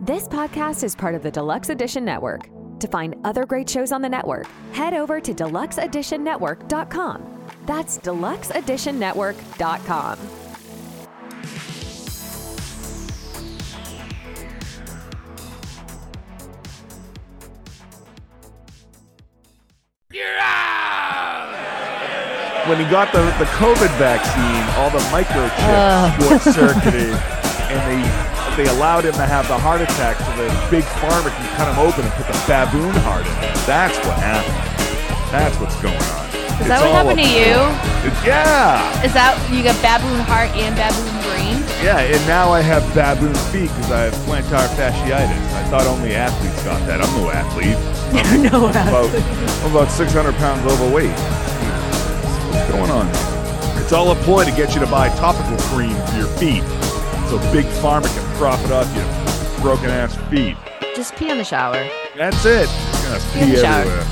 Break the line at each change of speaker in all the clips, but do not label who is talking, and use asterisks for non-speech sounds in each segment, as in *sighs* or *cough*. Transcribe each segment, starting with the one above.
This podcast is part of the Deluxe Edition Network. To find other great shows on the network, head over to deluxeeditionnetwork.com. That's deluxeeditionnetwork.com.
when he got the, the COVID vaccine, all the microchips short circuited, and they they allowed him to have the heart attack so that big pharma can cut him open and put the baboon heart in him. That's what happened. That's what's going on.
Is that what happened to you?
yeah,
Is that you got baboon heart and baboon brain?
yeah, and now I have baboon feet because I have plantar fasciitis. I thought only athletes got that. I'm no athlete. I'm, no I'm About, I'm about 600 pounds overweight. What's going on? It's all a ploy to get you to buy topical cream for your feet, so big pharma can profit off your broken ass feet.
Just pee in the shower.
That's it. You're gonna
In
pee
the shower.
everywhere.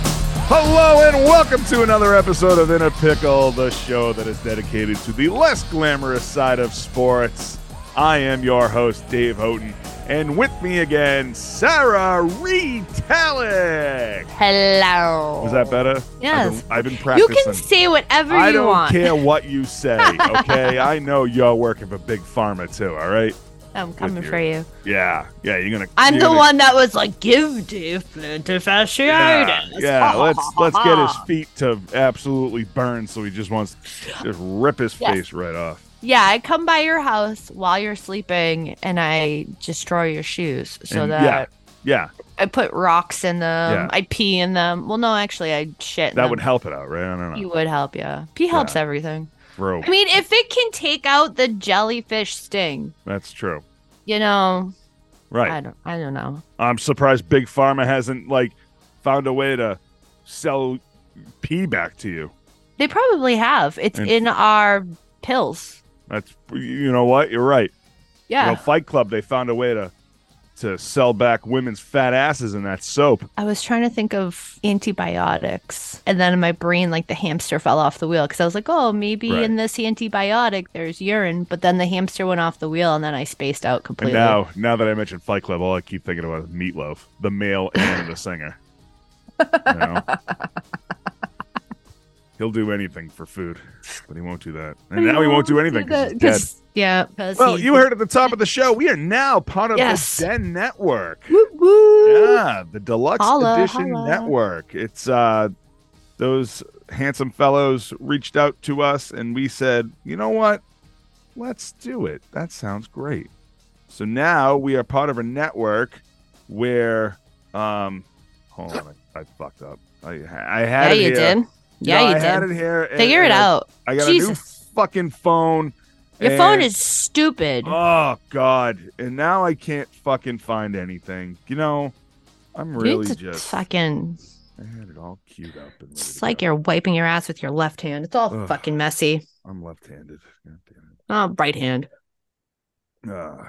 Hello and welcome to another episode of In a Pickle, the show that is dedicated to the less glamorous side of sports. I am your host, Dave Houghton, and with me again, Sarah Retallick.
Hello.
Was that better?
Yes.
I've been, I've been
You
practicing.
can say whatever
I
you
don't
want.
care what you say,
*laughs*
okay? I know you're working for Big Pharma too, all right?
I'm
with
coming
you.
for you.
Yeah, yeah, you're gonna.
I'm
you're
the
gonna-
one that was like, give Dave plantar
Yeah,
fasciitis.
yeah, let's let's get
*laughs*
his feet to absolutely burn, so he just wants to just rip his
Yes.
face right off.
Yeah, I come by your house while you're sleeping and I destroy your shoes so
And
that
yeah, yeah,
I put rocks in them.
Yeah.
I pee in them. Well, no, actually, I shit. In
that
them.
would help it out, right? I don't
Pee
know.
would help. Yeah, pee helps everything.
Bro,
I mean, if it can take out the jellyfish sting,
that's true.
you know, I
Right.
don't, I don't know.
I'm surprised Big Pharma hasn't like found a way to sell pee back to you.
They probably have. It's
And-
in our pills.
That's you know what? You're right.
Yeah,
You know, Fight Club, they found a way to to sell back women's fat asses in that soap.
I was trying to think of antibiotics, and then in my brain, like the hamster fell off the wheel because I was like, oh, maybe
Right.
in this antibiotic there's urine, but then the hamster went off the wheel, and then I spaced out
And
completely.
now, now that I mentioned Fight Club, all I keep thinking about is Meatloaf, the male and the singer. You *laughs* know? He'll do anything for food, but he won't do that. And now he won't do anything because he's dead.
'Cause- Yeah, because
Well, you heard at the top of the show, we are now part of
Yes.
the Den Network.
Woo, woo.
Yeah, the Deluxe
Holla,
Edition
holla.
Network. It's uh those handsome fellows reached out to us and we said, "You know what? Let's do it. That sounds great." So now we are part of a network where um hold on, I, I fucked up. I I had
Yeah,
it
you
here.
did.
No,
Yeah,
I
you
had
did.
it here. and-
Figure it
and I-
out.
I got
Jesus.
a new fucking phone.
Your phone
and-
is stupid.
Oh God! And now I can't fucking find anything. You know, I'm
You need
really
to
just.
fucking.
I had it all queued up. And ready
It's
to
like
go.
you're wiping your ass with your left hand. It's all
Ugh.
fucking messy.
I'm left-handed. God damn
Oh, right hand.
it. Ah,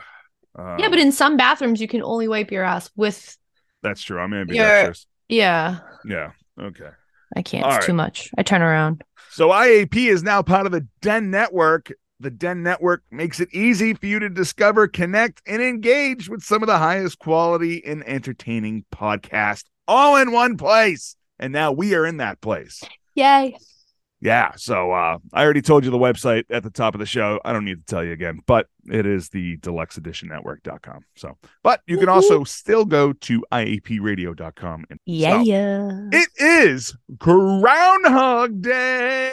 ah,
yeah, but in some bathrooms you can only wipe your ass with.
that's true. I'm ambidextrous.
Yeah,
Yeah. Okay.
I can't.
All
it's too much. I turn around.
So IAP is now part of the Den Network. The Den Network makes it easy for you to discover, connect, and engage with some of the highest quality and entertaining podcasts all in one place. And now we are in that place.
Yay!
Yeah. So uh, I already told you the website at the top of the show. I don't need to tell you again, but it is the deluxe edition network.com. So, but you can
Woohoo.
also still go to iapradio.com. And
Yeah,
So-
yeah.
it is Groundhog Day,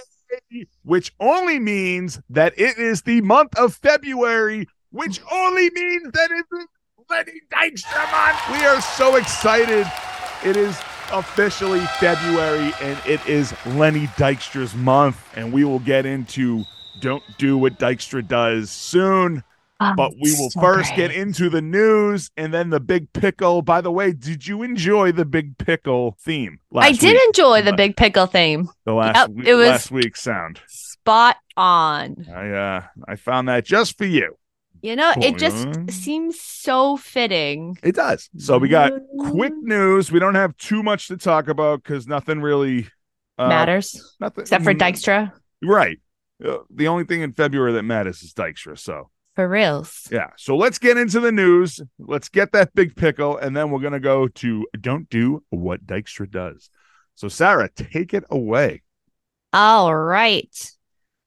which only means that it is the month of February, which only means that it is Lenny Dykstra month. We are so excited. It is officially February and it is Lenny Dykstra's month. And we will get into Don't Do What Dykstra Does soon.
Oh,
But we will first get into the news and then the big pickle. By the way, did you enjoy the big pickle theme? Last
I did
week?
enjoy the
Last-
big pickle theme.
The last
Yep,
week,
it was-
last week's sound.
Spot on.
I uh, I found that just for you.
You know, it just
Cool.
seems so fitting.
It does. So we got quick
Mm-hmm.
news. We don't have too much to talk about because nothing really uh,
matters
Nothing
except for
mm,
Dykstra.
Right. Uh, the only thing in February that matters is Dykstra. So
For reals.
Yeah. So let's get into the news. Let's get that big pickle, and then we're gonna go to don't do what Dykstra does. So Sarah, take it away.
All right.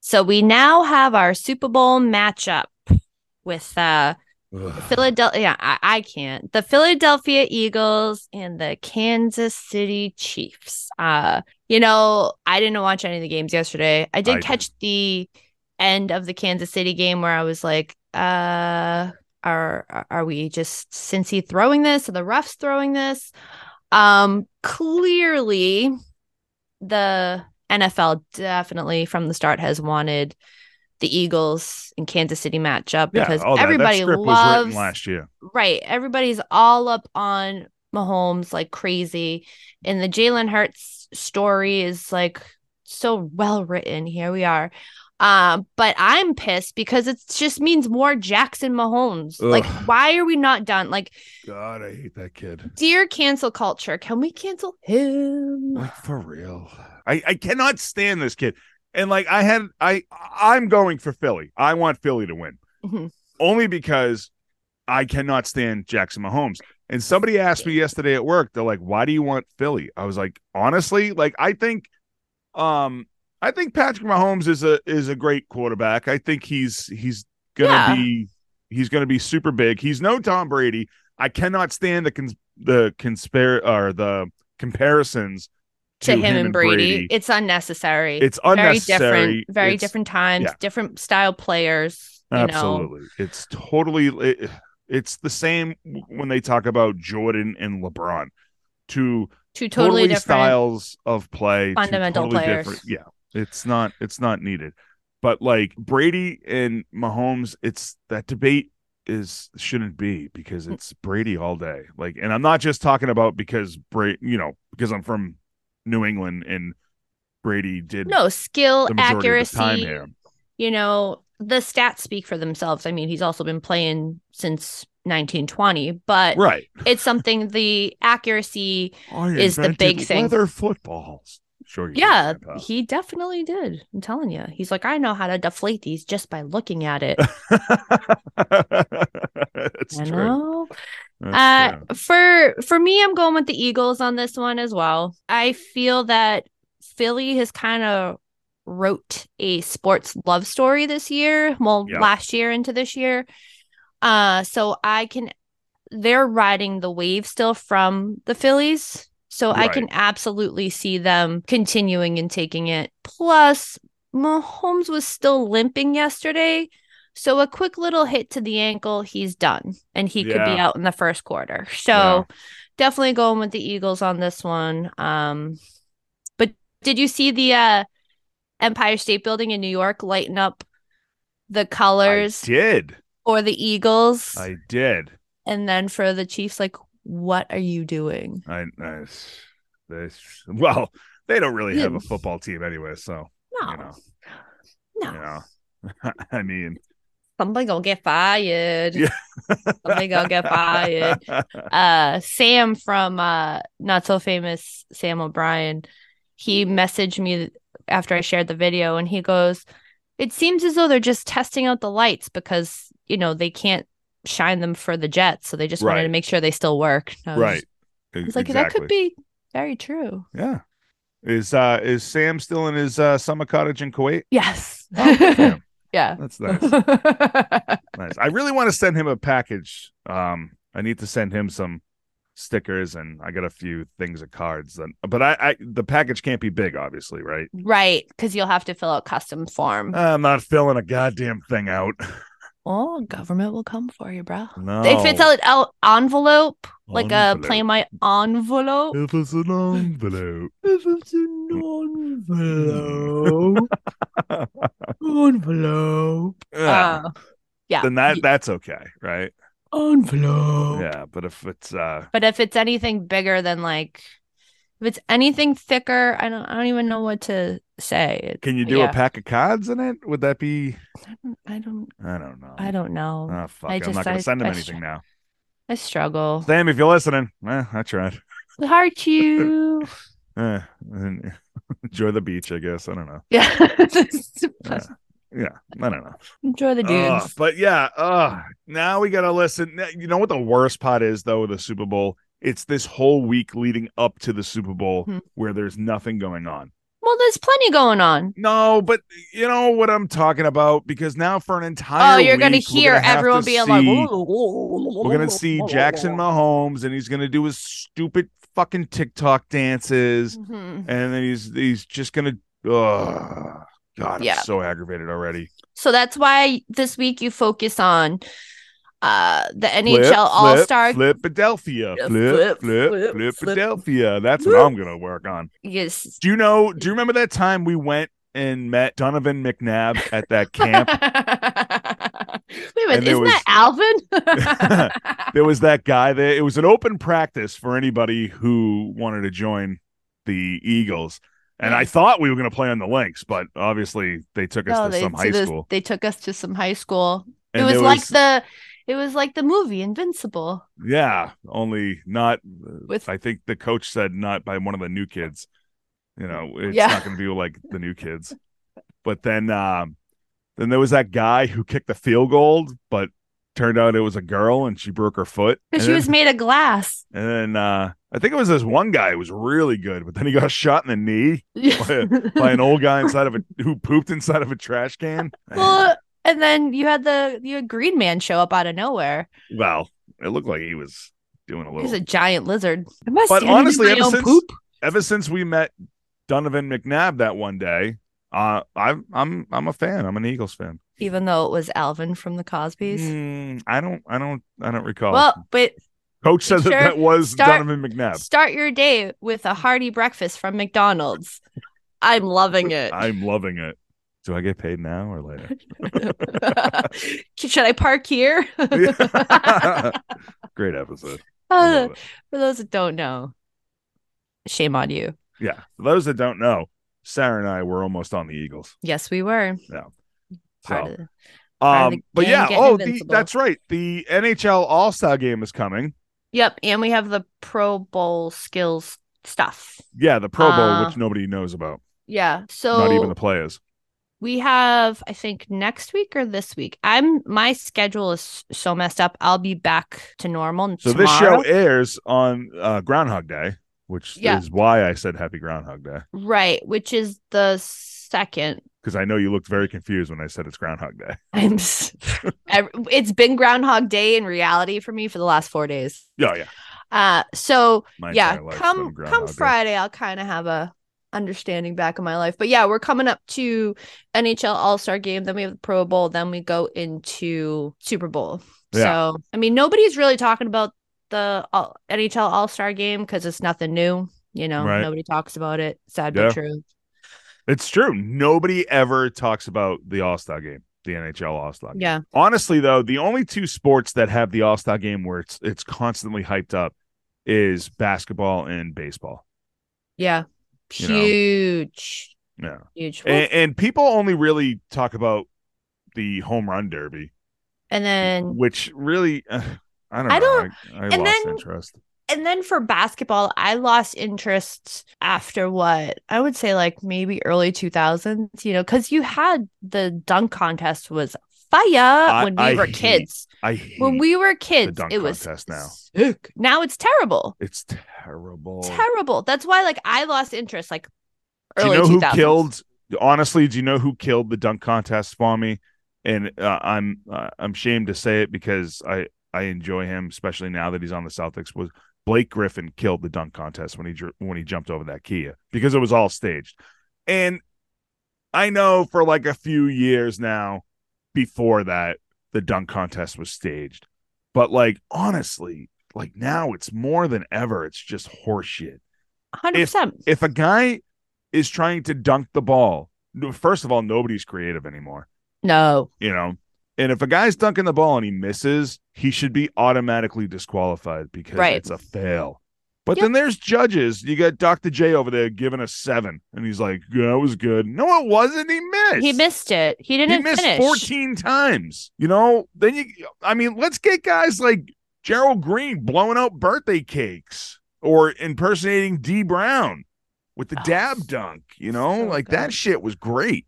So we now have our Super Bowl matchup with uh Philadelphia. Yeah, I, I can't. The Philadelphia Eagles and the Kansas City Chiefs. Uh, you know, I didn't watch any of the games yesterday. I did
I
catch the end of the Kansas City game where I was like, uh, are are we just Cincy throwing this? Are the refs throwing this? Um, clearly, the NFL definitely from the start has wanted the Eagles and Kansas City matchup
Yeah,
because
all that. That
everybody
script was
loves
written last year.
right. Everybody's all up on Mahomes like crazy, and the Jalen Hurts story is like so well written. Here we are. Um, but I'm pissed because it just means more Jackson Mahomes. Like,
Ugh.
why are we not done? Like,
God, I hate that kid.
dear cancel culture, can we cancel him? *laughs*
Like *sighs* for real. I, I cannot stand this kid. And like I had I I'm going for Philly. I want Philly to win.
Mhm.
Only because I cannot stand Jackson Mahomes. And somebody asked me yesterday at work, they're like, why do you want Philly? I was like, honestly, like I think um I think Patrick Mahomes is a is a great quarterback. I think he's he's gonna
Yeah.
be he's gonna be super big. He's no Tom Brady. I cannot stand the cons- the conspir or the comparisons
to him, and Brady. It's unnecessary.
It's
very
unnecessary.
different, very
It's-
different times,
yeah.
different style players. You know,
Absolutely, it's totally. it- it's the same when they talk about Jordan and LeBron. Two
two totally,
totally,
different.
styles of play, two
fundamental
totally
players.
different- Yeah, it's not. It's not needed. But like Brady and Mahomes, it's that debate is shouldn't be because
Mm.
it's Brady all day. Like, and I'm not just talking about because Brady, you know, because I'm from New England and Brady did
No skill,
the majority of the
accuracy.
time here.
You know, the stats speak for themselves. I mean, he's also been playing since 1920, but
Right.
it's something the
*laughs*
accuracy.
I
is the
invented
big thing.
Leather footballs. Sure. you did,
Yeah,
Grandpa.
he definitely did. I'm telling you, he's like, I know how to deflate these just by looking
*laughs*
at it.
*laughs* That's
you
true.
know.
That's
Uh,
true.
for for me, I'm going with the Eagles on this one as well. I feel that Philly has kind of wrote a sports love story this year. Well,
Yeah.
last year into this year. Uh, so I can, they're riding the wave still from the Phillies. So I
Right.
can absolutely see them continuing and taking it. Plus, Mahomes was still limping yesterday. So a quick little hit to the ankle, he's done, and he could be
Yeah.
out in the first quarter. So
Yeah.
definitely going with the Eagles on this one. Um, but did you see the uh, Empire State Building in New York lighten up the
I
colors
did.
for the Eagles,
I did.
and then for the Chiefs? Like, what are you doing?
I, I they, well, they don't really have
Yeah.
a football team anyway, so
No,
you know,
no,
you know. *laughs* I mean,
somebody gonna get fired.
Yeah.
somebody gonna get fired. uh Sam from uh not so famous Sam O'Brien he messaged me after I shared the video and he goes it seems as though they're just testing out the lights because you know they can't shine them for the jets so they just wanted to
Right.
make sure they still work And I was-
*laughs* right? E,
I was like that could be very true
Yeah. Is uh is Sam still in his uh summer cottage in
*laughs*
Kuwait? Oh,
yes
Yeah,
yeah
that's nice.
*laughs*
Nice. I really want to send him a package. Um, I need to send him some stickers, and I got a few things of cards. That, but I, I, the package can't be big, obviously, right?
right because you'll have to fill out custom form
I'm not filling a goddamn thing
*laughs*
out.
oh government will come for you bro
No,
if it's an el- envelope like a
Envelope.
play my envelope.
If it's an envelope,
*laughs* If it's an envelope, envelope,
*laughs* yeah,
Uh, yeah.
then that that's okay, right?
envelope.
Yeah, but if it's uh,
But if it's anything bigger than like, if it's anything thicker, I don't, I don't even know what to say. It-
can you do
yeah.
a pack of cards in it? Would that be?
I don't,
I
I don't,
don't know.
I don't know.
Oh, fuck!
I
I'm
just-
not gonna
I-
send him
I
anything now.
I struggle.
Sam, if you're listening, eh, I tried.
We
*laughs*
Heart you.
Eh, and enjoy the beach, I guess. I don't know.
Yeah. This is-
Yeah. yeah, I don't know.
Enjoy the
Ugh,
dudes.
but yeah, uh, now we gotta listen. Now- You know what the worst part is though, of the Super Bowl? It's this whole week leading up to the Super Bowl
Mhm.
where there's nothing going on.
well, there's plenty going on.
No, but you know what I'm talking about because now for an entire
oh, you're
going
gonna hear everyone being like,
we're
we're
gonna see Jackson Mahomes and he's gonna do his stupid fucking TikTok dances
Mm-hmm.
and then he's he's just gonna ugh. God, I'm
Yeah.
so aggravated already.
So that's why this week you focus on uh the
Flip,
NHL All Star.
Flip Philadelphia.
Yeah,
Flip,
flip,
flip,
flip,
flip
flip.
Philadelphia. That's what
Woo.
I'm gonna work on.
Yes.
Do you know do you remember that time we went and met Donovan McNabb at that
*laughs* Wait a
camp?
minute,
And there
isn't that Alvin?
*laughs*
*laughs*
there was that guy there. It was an open practice for anybody who wanted to join the Eagles. And I
Nice.
thought we were going to play on the links, but obviously they took us
Mm. no,
to
they,
some
to
high
this-
school.
they took us to some high school.
And
it was
there
like the it was like the movie Invincible.
yeah, only not.
With-
I think the coach said not by one of the new kids. You know, it's
Yeah.
not going to be like the new kids. But then, um, then there was that guy who kicked the field goal, but turned out it was a girl and she broke her foot. And
Because she
then-
was made of glass.
And then uh, I think it was this one guy who was really good, but then he got *laughs* shot in the knee by an old guy inside of a who pooped inside of a trash can.
*laughs* well, and then you had the you had Green Man show up out of nowhere.
well, it looked like he was doing a little.
He's a giant lizard. Am I
But
standing in
honestly,
my
ever
own
since-
poop?
Ever since we met Donovan McNabb that one day, uh, I'm I'm I'm a fan. I'm an Eagles fan.
even though it was Alvin from the Cosbys.
Mm, I don't I don't I don't recall.
Well, but
Coach said that
sure,
that was
start-
Donovan McNabb.
start your day with a hearty breakfast from McDonald's. I'm loving it. *laughs*
I'm loving it. Do I get paid now or later? *laughs*
Should I park here? *laughs*
Great episode. I
Uh,
love it.
for those that don't know, shame on you.
Yeah. For those that don't know, Sarah and I were almost on the Eagles.
Yes, we were
So,
part of the- part of the
um, but
gang
yeah,
getting
oh, the,
invincible.
that's right. The NHL All Star Game is coming.
Yep, and we have the Pro Bowl skills stuff.
Yeah, the Pro Bowl,
Uh,
which nobody knows about,
Yeah. So
not even the players.
We have, I think, next week or this week. I'm my schedule is so messed up. I'll be back to normal.
So this
tomorrow.
show airs on uh, Groundhog Day, which
Yeah.
is why I said Happy Groundhog Day
right, which is the second.
because I know you looked very confused when I said it's Groundhog Day. *laughs*
I'm. s- ev- it's been Groundhog Day in reality for me for the last four days.
Yeah, yeah.
Uh, so
My
yeah,
entire life's been
come
Groundhog
come
Day.
Friday, I'll kind of have a understanding back of my life. But yeah, we're coming up to NHL All Star Game. Then we have the Pro Bowl. Then we go into Super Bowl.
Yeah.
So I mean, nobody's really talking about the all- NHL All Star Game because it's nothing new. You know,
Right.
nobody talks about it. Sad
Yeah.
but true.
It's true. Nobody ever talks about the All Star game, the NHL All Star game.
Yeah.
Honestly, though, the only two sports that have the All Star game where it's it's constantly hyped up is basketball and baseball. You
Yeah.
know. Eh,
Huge.
Yeah,
Huge. Well,
and, and people only really talk about the home run derby,
and then
which really, *sighs* uh, I don't know.
I don't-
I, I lost
and then-
interest.
and then for basketball, I lost interest after what I would say like maybe early two thousands, you know, because you had the dunk contest was fire when we
I
were
hate
kids.
I hate
When we were kids,
dunk
it was
contest now.
sick. Now it's terrible,
it's terrible.
terrible. That's why like I lost interest like
do you
early
know
two
who
thousands.
killed? Honestly, do you know who killed the dunk contest for me? And uh, I'm uh, I'm ashamed to say it because I I enjoy him, especially now that he's on the Celtics. Was Blake Griffin killed the dunk contest when he dr- when he jumped over that Kia because it was all staged. And I know for like a few years now, before that, the dunk contest was staged. But like honestly, like now it's more than ever. It's just horseshit
Hundred percent.
if a guy is trying to dunk the ball, no- first of all, nobody's creative anymore,
No.
you know. And if a guy's dunking the ball and he misses, he should be automatically disqualified because
Right.
it's a fail. But
Yep.
then there's judges. You got Dr. J over there giving a seven, and he's like, "Yeah, "That was good." No, it wasn't. He missed.
He missed it. He
He
didn't
missed
finish.
14 times. You know. Then you. I mean, let's get guys like Gerald Green blowing out birthday cakes or impersonating D Brown with the
Oh,
dab dunk. You know,
so
like
good.
that shit was great.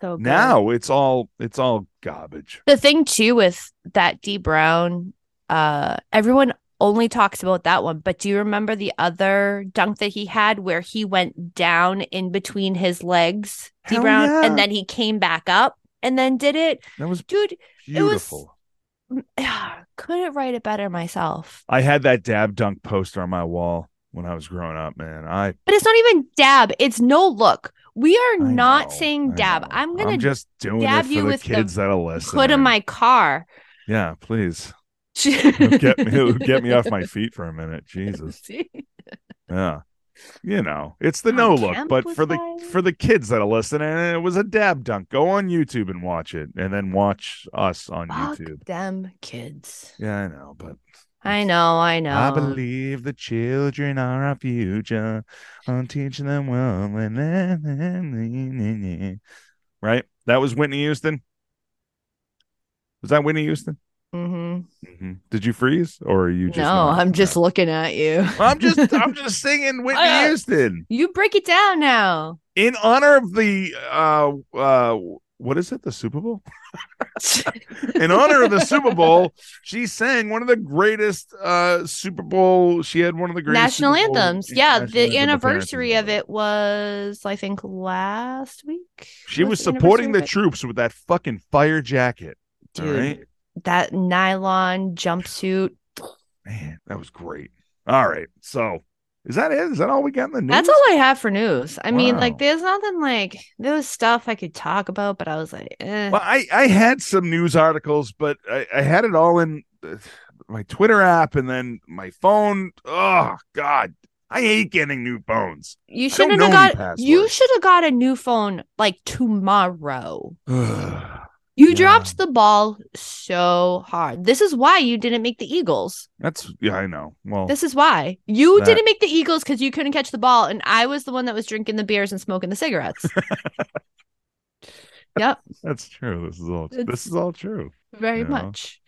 So good.
Now it's all it's all garbage.
The thing too with that D Brown, uh, everyone only talks about that one. But do you remember the other dunk that he had where he went down in between his legs, D
Hell
Brown,
yeah.
and then he came back up and then did it?
That was
Dude, was-
beautiful.
*sighs* couldn't write it better myself.
I had that dab dunk poster on my wall when I was growing up, man. I
But it's not even dab, it's no look. We are
I
not
know,
saying
I
dab.
know.
I'm gonna
I'm just doing
dab
it for
you
the
with the
kids that'll listen.
put in
and-
my car.
yeah,
*laughs*
please It'll get me it'll
get *laughs*
get me off my feet for a minute. Jesus, yeah. You know, it's the
How
no look,
camp
but
was
for the
I?
for the kids that'll listen, and eh, it was a dab dunk. Go on YouTube and watch it, and then watch us on
Fuck
YouTube.
them kids.
Yeah, I know, but
I know, I know.
I believe the children are our future. I'm teaching them well. Right? That was Whitney Houston. Was that Whitney Houston?
hmm
hmm Did you freeze, or are you
No,
just? not?
I'm just looking at you.
No. I'm just. I'm just singing Whitney
Uh.
Houston
*laughs* you break it
*laughs*
down now.
in honor of the. Uh, uh, what is it? The Super Bowl. in honor of the Super
*laughs*
Bowl, she sang one of the greatest uh Super Bowl. She had one of the greatest
National
Super Bowl-
anthems. Yeah,
national anthem
the anniversary
appearances
of it was, I think, last week.
She was,
the
supporting the
anniversary
troops with that fucking fire jacket. all
of it. Dude,
right?
that nylon jumpsuit.
Man, that was great. All right. So is that it? Is that all we got in the news?
That's all I have for news. I mean,
Wow.
like, there's nothing like there was stuff I could talk about, but I was like, eh.
Well, I, I had some news articles, but I, I had it all in uh, my Twitter app and then my phone. Oh God. I hate getting new phones. *sighs*
you
I don't
shouldn't
know
have
any
got. You
passwords.
should have got a new phone like tomorrow.
Ugh.
You
Yeah.
dropped the ball so hard. This is why you didn't make the Eagles.
That's yeah, I know. Well,
This is why you
Oh. That-
didn't make the Eagles because you couldn't catch the ball, and I was the one that was drinking the beers and smoking
*laughs*
the cigarettes. yep,
that's true. This is all
It's-
this is all true. *laughs*
very
Yeah.
much.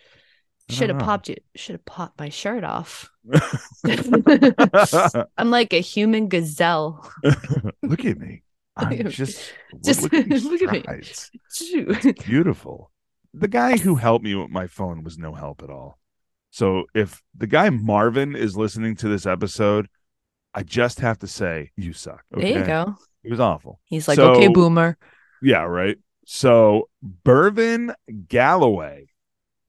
I
Should have
dunno.
popped it. Should have popped my shirt
*laughs*
off. *laughs*
Look
I'm like a human gazelle. *laughs*
at me.
Look *laughs*
I'm
at-
just
just
look at, these
*laughs* look at me.
strides.
Shoot.
beautiful. The guy who helped me with my phone was no help at all. So if the guy Marvin is listening to this episode, I just have to say you suck.
There you
okay?
go.
It was awful.
He's like,
So-
okay, boomer.
Yeah, right. So Bervin Galloway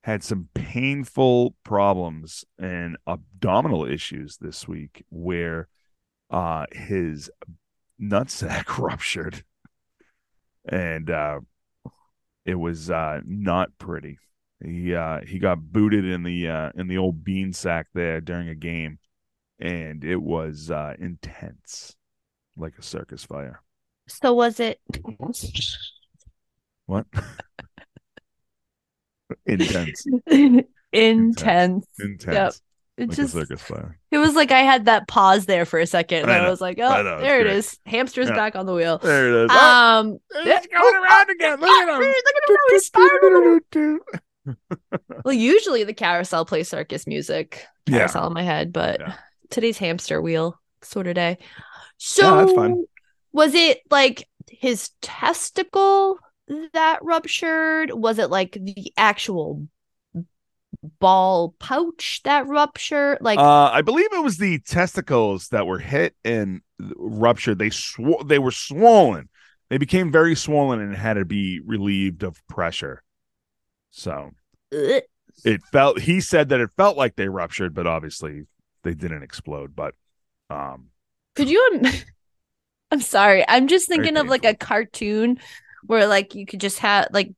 had some painful problems and abdominal issues this week where uh his nutsack *laughs* ruptured and uh it was uh not pretty. He uh he got booted in the uh in the old bean sack there during a game and it was uh intense like a circus fire.
So
*laughs*
was it?
What? *laughs*
*laughs*
intense,
*laughs* Intense.
intense,
It
like
just
a circus fire.
It was like I had that pause there for a second, and
I
I,
know.
was like,
I
"Oh,
know, it's
there it
great.
is. Hamster's
Yeah.
back on the wheel."
There it is. Oh,
Um,
it's
yeah.
going
Oh,
around again. Look
ah,
at him.
*laughs* look at him how he spiraled. well, usually the carousel plays circus music.
*laughs* Yeah.
Carousel in my head, but
Yeah.
today's hamster wheel sort of day. So
Yeah, that's fine.
was it like his testicle that ruptured? Was it like the actual ball pouch that ruptured? Like,
Uh, I believe it was the testicles that were hit and ruptured. They sw- they were swollen. They became very swollen and had to be relieved of pressure. So
ugh.
it felt he said that it felt like they ruptured, but obviously they didn't explode. But um
Could you? Im- *laughs* I'm sorry. I'm just
Very
thinking of like a cartoon where like you could just have like,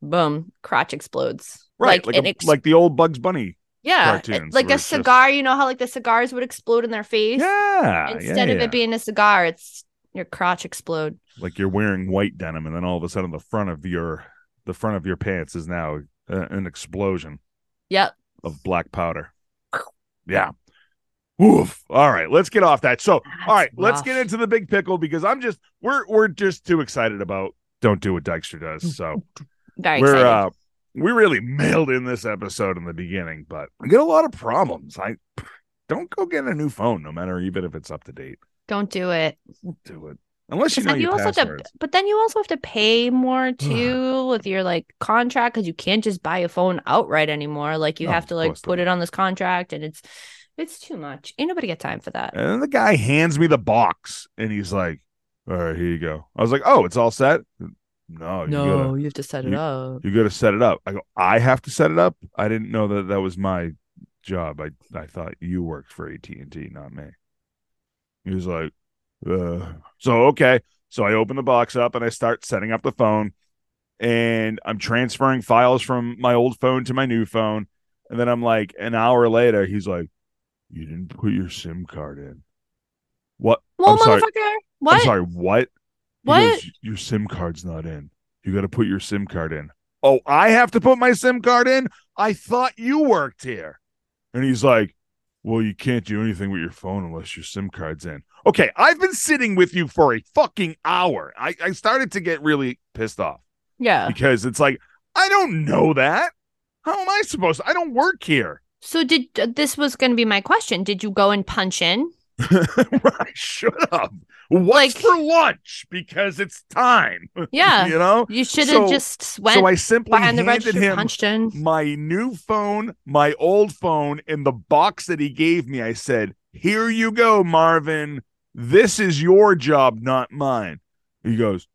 boom, crotch explodes.
right
Like,
like,
an
a-
ex-
like the old Bugs Bunny
yeah,
cartoons
like
where
a
it's just-
cigar. You know how like the cigars would explode in their face
Yeah.
instead of it being a cigar, it's your crotch explode.
like you're wearing white denim and then all of a sudden the front of your the front of your pants is now uh, an explosion
Yep.
of black powder. Yeah. Oof. All right, let's get off that. So, all right, let's get into the big pickle because I'm just we're we're just too excited about don't do what Dykstra does. So,
Very
we're
*laughs* excited.
uh we really mailed in this episode in the beginning, but we get a lot of problems. I don't go get a new phone no matter even if it's up to date.
Don't do it.
do it. Unless you know
And
your
you also have to,
passwords.
but then you also have to
*sighs*
pay more too with your like contract because you can't just buy a phone outright anymore. Like you
No,
have to
Oh, of
like
course
put
not.
it on this contract, and it's it's too much. Ain't nobody got time for that.
And then the guy hands me the box and he's like, All right, here you go. I was like, Oh, it's all set? No, Oh, you gotta,
you have to set
it you-
up.
you gotta set it up. I go, I have to set it up. I didn't know that that was my job. I I thought you worked for AT and T, not me. He was like, uh. so okay. So I open the box up and I start setting up the phone, and I'm transferring files from my old phone to my new phone, and then I'm like, an hour later, he's like, you didn't put your SIM card in. What?
Well,
I'm sorry.
motherfucker, what?
I'm sorry. What? He
What?
goes, your SIM card's not in. You got to put your SIM card in. Oh, I have to put my SIM card in? I thought you worked here. And he's like, well, you can't do anything with your phone unless your SIM card's in. Okay, I've been sitting with you for a fucking hour. I, I started to get really pissed off
Yeah.
because it's like, I don't know that. How am I supposed to? I don't work
*laughs*
here. *laughs*
So did uh, this was going to be my question? Did you go and
*laughs*
punch in?
right, shut up. What's
Like-
for lunch? Because it's time.
Yeah.
you know?
You should have
So-
just went
so I simply
behind the
handed
register,
him
punched in.
my new phone, my old phone, and the box that he gave me. I said, Here you go, Marvin. This is your job, not mine. He goes,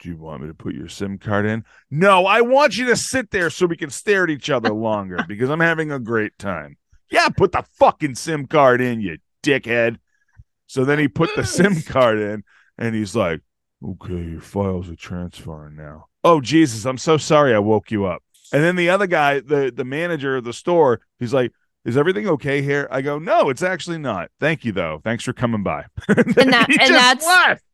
Do you want me to put your SIM card in? No, I want you to sit there so we can stare at each other longer because I'm having a great time. Yeah, put the fucking SIM card in, you dickhead. So then he put the SIM card in and he's like, Okay, your files are transferring now. Oh, Jesus, I'm so sorry I woke you up. And then the other guy, the, the manager of the store, he's like, Is everything okay here? I go, No, it's actually not. Thank you, though. Thanks for coming by. *laughs* and then
that-
he
and
just
that's-
left.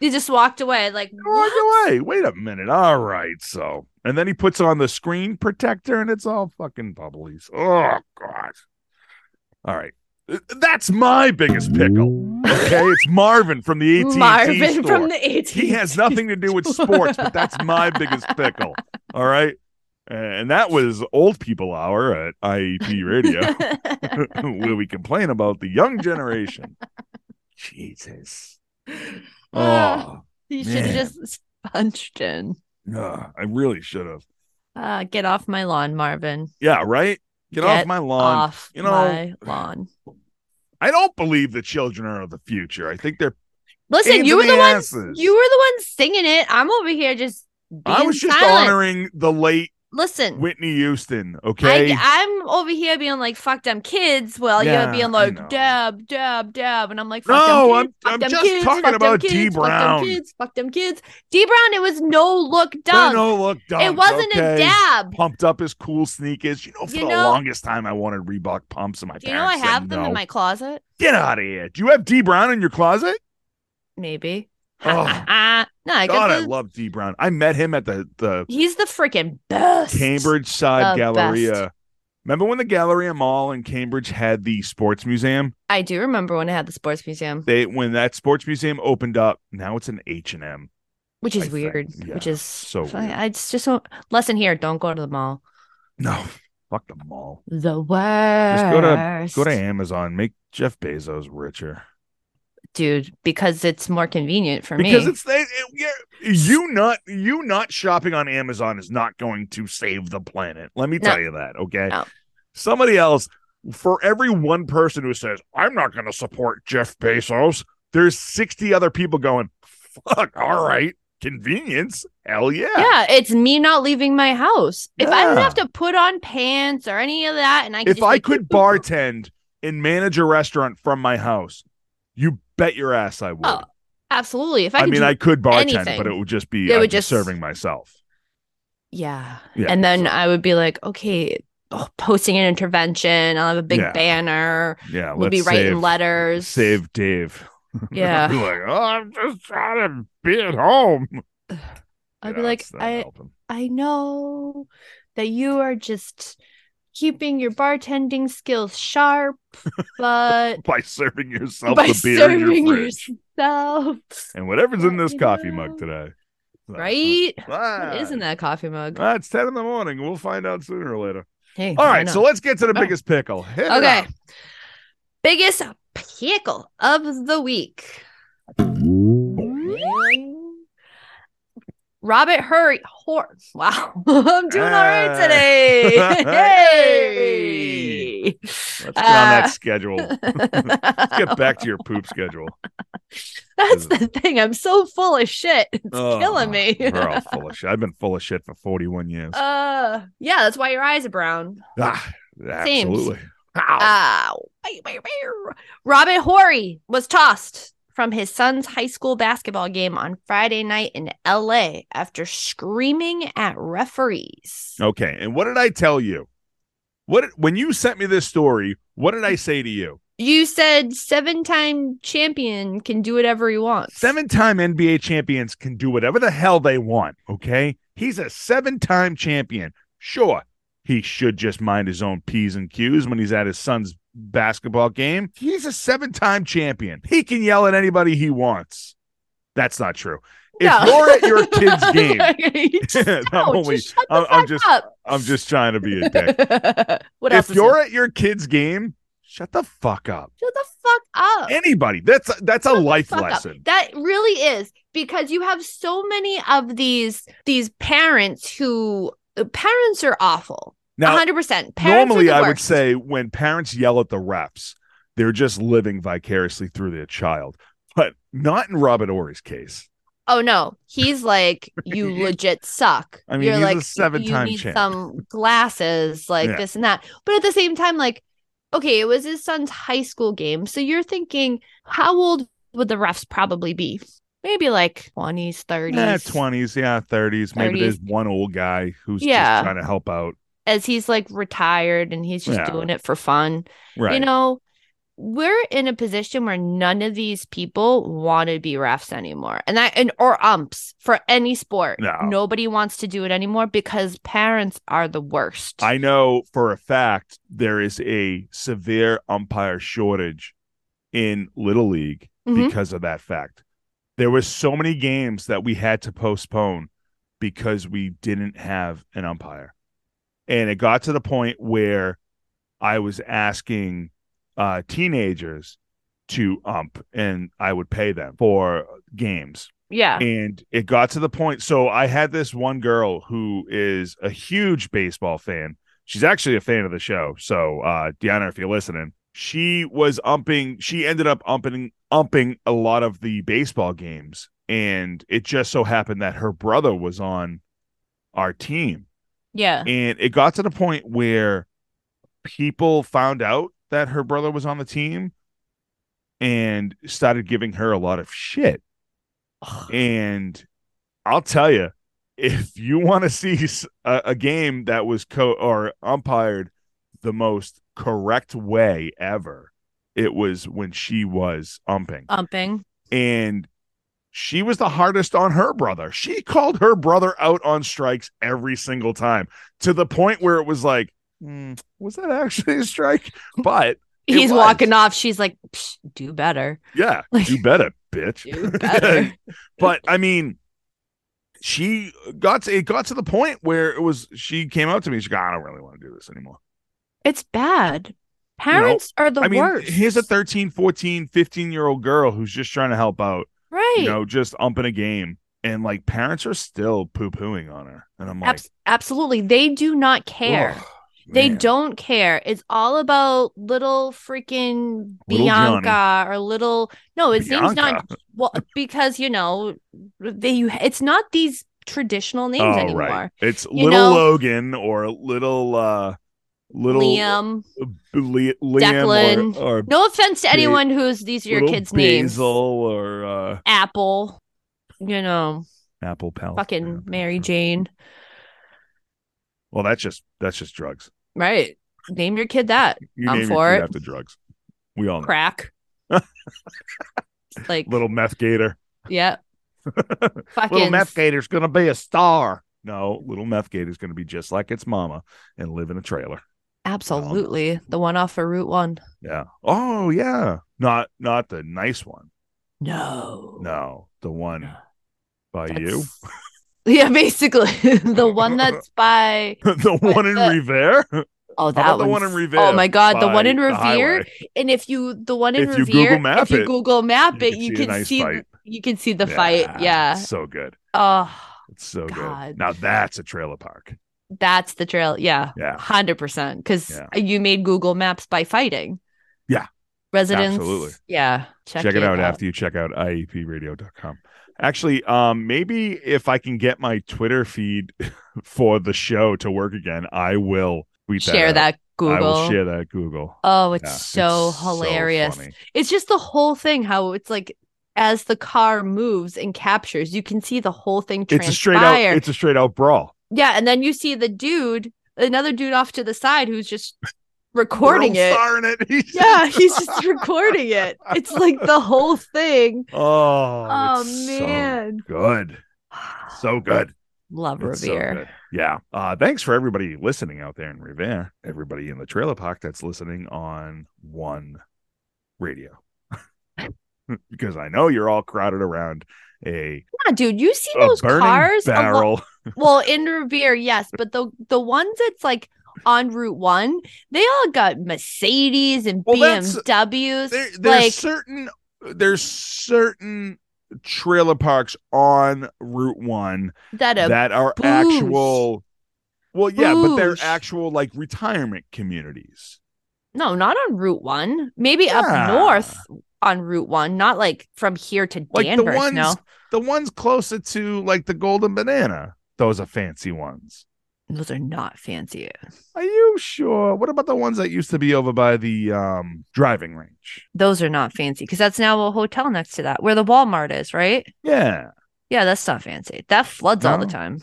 You just walked away like
Walk
what?
away. Wait *laughs* a minute. All right. So, and then he puts on the screen protector and it's all fucking bubblies. Oh, God. All right. Th- That's my biggest
*laughs*
pickle. Okay. It's Marvin from the AT&T
Marvin
store.
from the AT.
he
*laughs*
has nothing to do with sports, but that's my biggest pickle. All right. And that was Old People Hour at IEP
*laughs*
Radio, where we complain about the young generation. Jesus.
Ah.
Oh,
you should
Man.
have just *laughs* punched in.
ugh, I really should have.
Uh, get off my lawn, Marvin.
Yeah, right? Get, off
Get
my lawn.
Off
you know-
my lawn.
I don't believe the children are the future. I think they're
Listen,
pains
you
in
were the
the
one.
asses.
You were the one singing it. I'm over here just. Being
I was just
silent.
honoring the late
Listen,
Whitney Houston, okay?
I, uh, I'm over here being like, fuck them kids. Well,
Yeah,
you're being
I
like,
know.
dab, dab, dab. And I'm like, fuck
No,
them
I'm-
kids. fuck
I'm
them
just
kids,
talking
fuck them
about D.
kids, Fuck
Brown.
them kids. Fuck them kids. D Brown, it was no look dunk.
no look dunk,
it wasn't
okay?
a dab.
Pumped up his cool sneakers. You know, for
You
the
know-
longest time, I wanted Reebok pumps, and my
Do you know I
parents said
have them
no.
in my closet?
Get out of here! Do you have D Brown in your closet?
Maybe.
Oh.
no, I
God, I
got the,
love D Brown. I met him at the the
he's the freaking best.
Cambridge Side
The
Galleria.
best.
Remember when the Galleria Mall in Cambridge had the sports museum?
I do remember when I had the sports museum,
they when that sports museum opened up now it's an h&m
which
I
is
think,
weird.
yeah,
which is
so
I,
weird.
I- it's just don't- lesson here. Don't go to the mall.
no fuck the mall
The worst.
go to- go to amazon make jeff bezos richer
dude because it's more convenient for
because
me.
it's they it, yeah, you not you not shopping on amazon is not going to save the planet let me
No.
tell you that okay
No.
somebody else for every one person who says i'm not going to support jeff bezos there's 60 other people going fuck all right convenience hell
yeah, it's me not leaving my house. If I didn't
Yeah.
have to put on pants or any of that, and I could
if
just,
I
like,
could bartend and manage a restaurant from my house, you bet your ass I would.
Oh, absolutely. If
I
I, could
mean,
do-
I could bartend,
anything.
but it would just be
It
I'd
would
be
just-
serving myself.
yeah.
Yeah,
and then
so-
I would be like, okay, oh, posting an intervention. I'll have a big
Yeah.
banner.
Yeah,
we'll be
let's
writing
save-
letters.
Save Dave.
*laughs*
*laughs*
Yeah.
Be like, oh, I'm just trying to be at home.
I'd
You
be
know,
like,
it's not
I
helping. *laughs*
I know that you are just keeping your bartending
*laughs*
skills sharp, but
by serving yourself
by
the beer in
serving
your fridge
yourself,
and whatever's in
Let
this
me
coffee
know.
mug today.
right?
Ah,
What is in that coffee mug?
ah, it's ten in the morning. We'll find out sooner or later.
Hey,
All
why
right, so
not?
let's get to the
Oh.
biggest pickle. Hit it
okay.
up.
Biggest pickle of the week.
Boing.
Boing,
Hmm?
Robert Hurry. Hor- wow, *laughs* I'm doing all right
Ah. *laughs*
today.
Hey.
hey.
Let's get on
Uh,
that schedule.
*laughs*
Let's get back to your poop schedule.
That's the thing. I'm so full of shit. It's
Oh,
killing me.
We're all full of shit. I've been full of shit for 41 years.
Uh, yeah, that's why your eyes are brown.
ah, absolutely. Ow.
Ow. Wait, wait, wait. Robert Horry was tossed from his son's high school basketball game on Friday night in LA after screaming at referees.
okay. And what did I tell you? What did- when you sent me this story, what did I say to you?
You said seven time champion can do whatever he wants.
Seven-time NBA champions can do whatever the hell they want, okay? He's a seven-time champion. Sure, he should just mind his own P's and Q's when he's at his son's basketball game. He's a seven-time champion. He can yell at anybody he wants. That's not true. *laughs* If you're at
*laughs*
your kid's game,
game.
*laughs* I'm only-
shut the
I'm- I'm
fuck
just-
up. *laughs*
I'm just trying to be a dick.
what else?
if
is
you're at your kid's game, shut the fuck up.
there? shut the fuck up.
Anybody. That's that's a life
fuck up.
lesson.
That really is because you have so many of these these parents who uh, parents are awful.
Now,
hundred percent. Parents
normally
are the
I would
worst.
say when parents yell at the refs, they're just living vicariously through their child, but not in Robert Ory's case.
Oh no,
*laughs*
he's like you legit suck.
I mean,
You're
he's a
like
seven-time
you need
champ.
some glasses, like
Yeah.
this and that. But at the same time, like okay, it was his son's high school game, so you're thinking how old would the refs probably be? Maybe like twenties, thirties.
Yeah, Eh, twenties, yeah, thirties. Maybe there's one old guy who's
Yeah.
just trying to help out.
as he's like retired and he's just
Yeah.
doing it for fun.
Right.
You know, we're in a position where none of these people want to be refs anymore. And that and or umps for any sport.
No.
Nobody wants to do it anymore because parents are the worst.
I know for a fact there is a severe umpire shortage in Little League
Mhm.
because of that fact. There were so many games that we had to postpone because we didn't have an umpire. And it got to the point where I was asking uh, teenagers to ump and I would pay them for games
yeah.
and it got to the point so i had this one girl who is a huge baseball fan she's actually a fan of the show so uh deanna if you're listening she was umping she ended up umping umping a lot of the baseball games and it just so happened that her brother was on our team
Yeah.
and it got to the point where people found out that her brother was on the team and started giving her a lot of shit and I'll tell you, if you want to see s- a, a game that was co or umpired the most correct way ever, it was when she was umping.
Umping.
And she was the hardest on her brother. She called her brother out on strikes every single time to the point where it was like, "Hmm, was that actually a strike? But It
He's
was.
walking off. She's like, "Psh, do better.
yeah,
Like-
you better, bitch.
Do better. *laughs*
*laughs* but I mean, she got to it got to the point where it was she came up to me. She go, I don't really want to do this anymore.
it's bad. Parents are the
I mean,
worst.
here's a 13, 14, 15 year old girl who's just trying to help out,
right.
you know, just umping a game. And like parents are still poo pooing on her. And I'm like,
Abs- absolutely. They do not care.
"Ugh,
They
man."
don't care. It's all about little freaking
Little Johnny.
Bianca or little no, his name's not
Bianca?
well because you know they you it's not these traditional names
Oh,
anymore.
right. It's
You
little
know?
Logan or little, uh, little
Liam.
Le- Liam or-
Declan.
or,
No offense to
Ba-
anyone who's these are your
little
kids'
Basil
names.
or uh,
Apple. You know,
Apple Pal.
fucking Mary Jane.
Well, that's just that's just drugs.
Right. Name your kid that.
You
I'm
name
for
your
it.
kid after drugs. We all know. *laughs*
Crack. It's like
Little meth gator.
yeah.
*laughs* Little
Fucking
meth gator's gonna be a star. No, little meth gator's gonna be just like its mama and live in a trailer.
absolutely. The one off of Route One.
Yeah. Oh yeah. Not not the nice one.
No.
No, the one
No.
by you. *laughs*
That's- Yeah, basically *laughs* the one that's by
the
But
one in
the- *laughs*
Revere. How
oh that
about the one in
one's-
Revere.
Oh my god, the one
by
in Revere.
highway?
and if you the one in
If you
Revere,
Google map
if you
it,
Google map it, you can,
a nice
see,
fight.
you can see the fight. Yeah.
So good.
Oh,
It's so
God.
good. Now that's a trailer park.
That's the trail. Yeah.
Yeah.
100%. Because
Yeah.
you made Google Maps by fighting.
Yeah.
Residents.
Absolutely.
Yeah.
Check, it out, after you check out E iepradio.com. Actually, um, maybe if I can get my Twitter feed *laughs* for the show to work again, I will tweet
Share
that. out.
that Google.
I will share that at Google.
Oh, it's
Yeah,
so
it's
hilarious.
funny.
it's just the whole thing how it's like as the car moves and captures, you can see the whole thing transpire.
It's a straight out. It's a straight out brawl.
yeah, and then you see the dude, another dude off to the side who's just recording
We're all
it.
starring it. *laughs* He's-
*laughs* Yeah, he's just recording it. It's like the whole thing.
*laughs* Oh,
Oh,
it's so
man.
good, so good.
Love
It's so
Revere.
good. yeah. Uh, thanks for everybody listening out there in Revere. Everybody in the trailer park that's listening on one radio. *laughs* because I know you're all crowded around a,
yeah, dude, you see
a
those
burning
cars? a lo-
barrel.
well, in Revere, yes, but the the ones that's like on Route One, they all got Mercedes and
Well, that's-
BMWs.
There, there's
*laughs* like
certain there's certain trailer parks on Route One
that a
that are
boosh.
actual well, yeah, but they're
Boosh.
actual like retirement communities.
No, not on Route One. Maybe
Yeah.
up north on Route One, not like from here to
Like
Danvers.
the ones
no,
the ones closer to like the golden banana. Those are fancy ones.
those are not fancy.
Are you sure? What about the ones that used to be over by the um driving range?
Those are not fancy because that's now a hotel next to that where the Walmart is, right?
Yeah.
Yeah, that's not fancy. That floods all the
No.
time.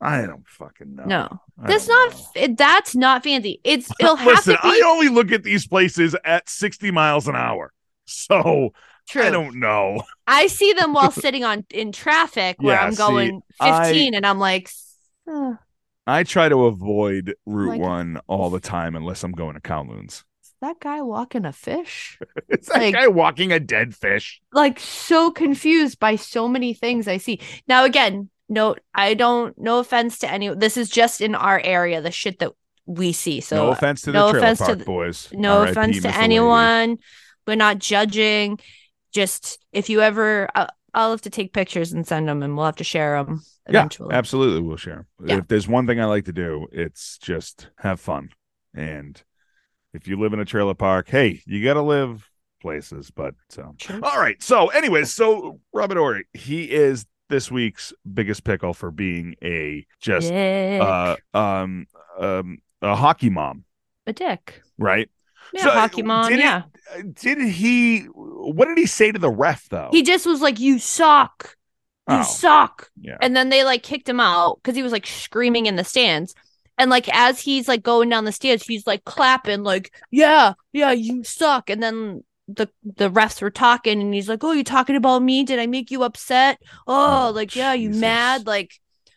I don't fucking know.
No,
I
that's
don't
not.
know.
f- That's not fancy.
*laughs*
It's it'll have
Listen,
to be
I only look at these places at 60 miles an hour. So
true.
I don't know.
I see
*laughs*
them while sitting on in traffic where
Yeah,
I'm
see,
going
I-
15 and I'm like, "Ugh,
I try to avoid Route
Like-
1 all the time unless I'm going to Kowloon's. *laughs*
is that guy walking a fish?
It's that
Like-
guy walking a dead fish.
Like so confused by so many things I see. Now again, no, I don't no offense to any this is just in our area, the shit that we see. So
no offense to the
no
trailer
offense to
park
the-
boys.
no
RIP,
offense to
Miss Lady.
anyone we're not judging just if you ever I- i'll have to take pictures and send them and we'll have to share them
Yeah,
eventually
Absolutely, we'll share. 'em.
Yeah.
If there's one thing I like to do, it's just have fun. And if you live in a trailer park, hey, you got to live places. But um,
True.
all right. So, anyways, so Robert Ory, he is this week's biggest pickle for being a just
dick.
uh, um um a hockey mom,
a dick
right?
yeah
So,
hockey mom
did it-
yeah
Uh, Did he? What did he say to the ref though?
he just was like you suck you
Oh,
suck
yeah.
and then they like kicked him out because he was like screaming in the stands and like as he's like going down the stairs he's like clapping like yeah yeah you suck and then the the refs were talking and he's like oh you talking about me did i make you upset oh,
Oh,
like yeah you
Jesus.
mad like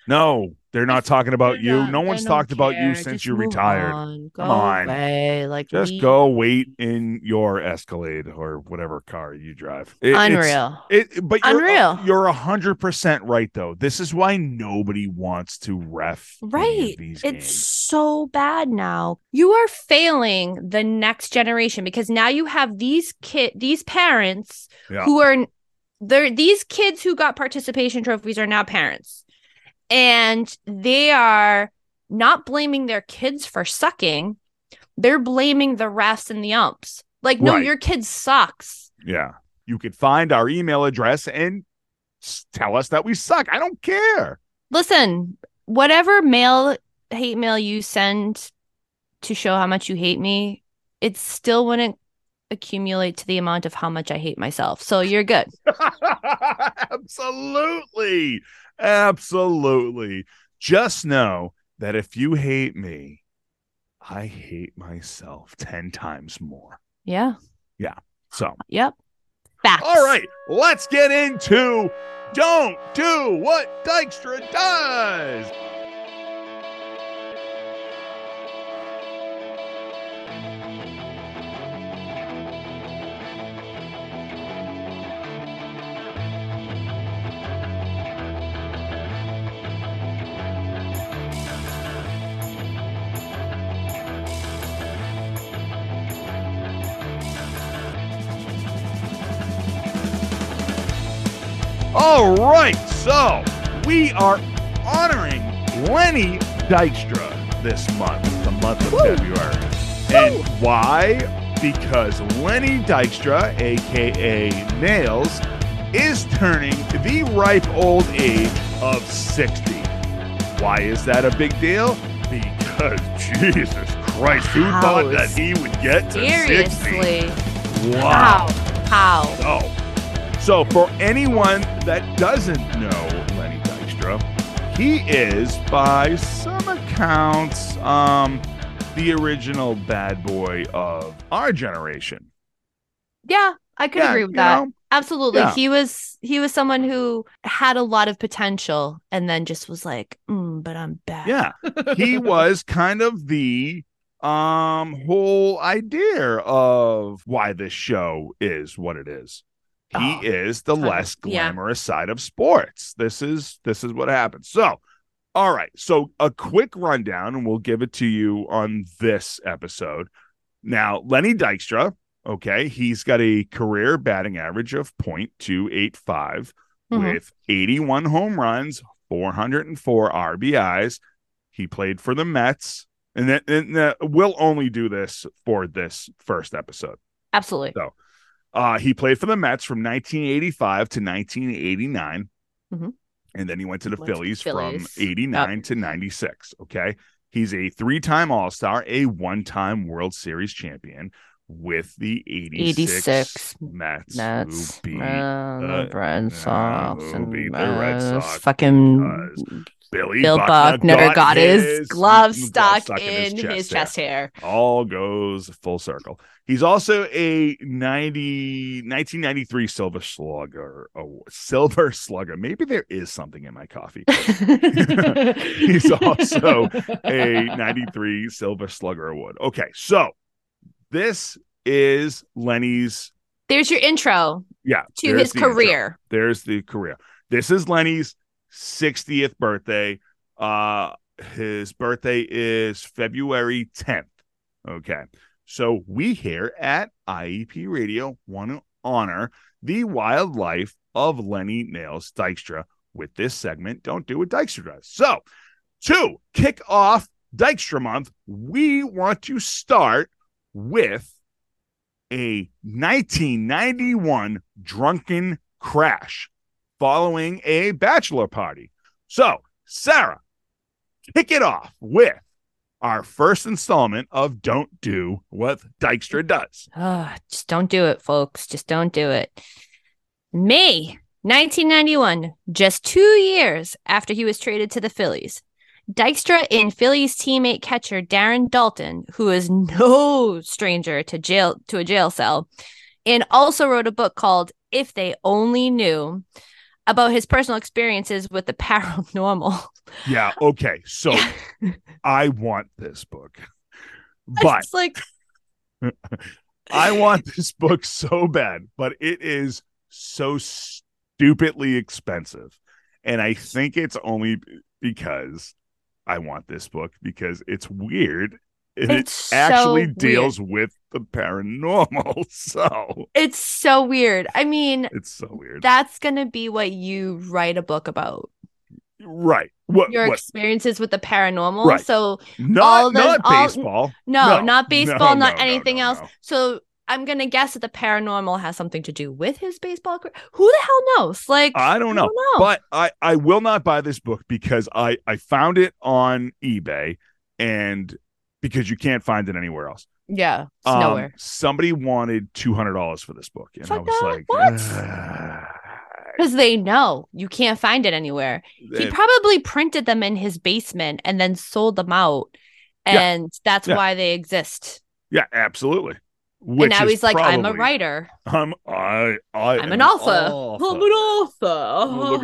No, they're not talking about
"You're
you.
not-
No
I
one's
don't
talked about you
care.
since
Just
you
move
retired.
on.
Come
Go
on.
away. like
Just
leave.
go wait in your Escalade or whatever car you drive. It- it's-
unreal
It, but you're,
Unreal.
You're a hundred percent right, though. This is why nobody wants to ref. any of
Right.
these
It's
games.
so bad now. You are failing the next generation because now you have these kid these parents
Yeah.
who are they're these kids who got participation trophies are now parents. And they are not blaming their kids for sucking. They're blaming the refs and the umps. Like, no,
Right.
your kid sucks.
yeah. You could find our email address and s- tell us that we suck. I don't care. *laughs*
Listen, whatever mail hate mail you send to show how much you hate me, it still wouldn't accumulate to the amount of how much I hate myself. So you're good.
Absolutely. Absolutely. Just know that if you hate me, I hate myself 10 times more.
Yeah.
So,
Yep. Facts.
all right, let's get into Don't Do What Dykstra Does. All right, so we are honoring Lenny Dykstra this month, the month of
Woo.
February. And why? Because Lenny Dykstra, aka Nails, is turning the ripe old age of 60. Why is that a big deal? Because *laughs* Jesus Christ, who thought
Wow.
that he would get to 60?
Seriously.
Wow.
How? How?
Oh. So, for anyone that doesn't know Lenny Dykstra, he is, by some accounts, um, the original bad boy of our generation.
Yeah, I could agree with
you
that.
know?
Absolutely.
Yeah.
He was he was someone who had a lot of potential and then just was like, mm, but I'm bad.
Yeah.
*laughs*
he was kind of the um whole idea of why this show is what it is. He
Oh,
is the
ton of-
less
yeah.
glamorous side of sports. This is this is what happens. So, all right. So a quick rundown, and we'll give it to you on this episode. Now, Lenny Dykstra, okay, he's got a career batting average of 0.285
Mhm.
with 81 home runs, 404 RBIs. He played for the Mets, and then and, uh, we'll only do this for this first episode.
Absolutely.
Uh, he played for the Mets from 1985 to 1989,
Mhm.
and then he went to the
Went to the
Phillies,
Phillies.
from 89 to 96. Okay, he's a three-time All-Star, a one-time World Series champion with the 86,
86
Mets,
That's
who beat
uh, the Red
uh,
Sox
who
and
beat the Red
uh,
Sox
fucking
because Billy
Bill
Buckner,
Buckner got, his, glove stuck,
stuck
in his chest, hair.
All goes full circle. He's also a 90, 1993 Silver Slugger Award. Silver Slugger. Maybe there is something in my coffee. *laughs* He's also a 93 Silver Slugger Award. Okay, so this is Lenny's.
*laughs* There's your intro
Yeah,
to
there's
his
the intro.
career.
There's the career. This is Lenny's 60th birthday. Uh his birthday is February 10th. Okay. So we here at IEP Radio want to honor the wildlife of Lenny Nails Dykstra with this segment. Don't do what Dykstra does. So to kick off Dykstra month, we want to start with a 1991 drunken crash following a bachelor party. So, Sarah, kick it off with our first installment of Don't Do What Dykstra Does.
Ugh, just don't do it, folks. Just don't do it. May 1991, just two years after he was traded to the Phillies, Dykstra and Phillies teammate catcher Darren Dalton, who is no stranger to jail to a jail cell, and also wrote a book called If They Only Knew about his personal experiences with the *laughs* paranormal.
Yeah, okay. So I want this book. But
it's like
I want this book so bad, but it is so stupidly expensive. And I think it's only because I want this book because it's weird. And it
it's
actually
so weird.
deals with the paranormal. *laughs* So
It's so weird. I mean,
it's so weird.
that's gonna be what you write a book about
right. What,
your
what?
experiences with the paranormal
Right.
so all
Not,
the-
not
all-
baseball.
no,
No,
not baseball
no,
not
no, no,
anything
no,
else
no.
so i'm gonna guess that the paranormal has something to do with his baseball career who the hell knows like
I don't know. but I I will not buy this book because I I found it on eBay and because you can't find it anywhere else.
yeah it's
Um,
nowhere
Somebody wanted two hundred dollars for this book, and I
Fuck
was
that.
like,
What?
"Ah."
because they know you can't find it anywhere he
It-
probably printed them in his basement and then sold them out
Yeah.
and that's
Yeah.
why they exist
yeah, absolutely." Which
and now
is
he's like i'm a
probably-
writer
I'm I I
I'm
am
an alpha.
author."
I'm an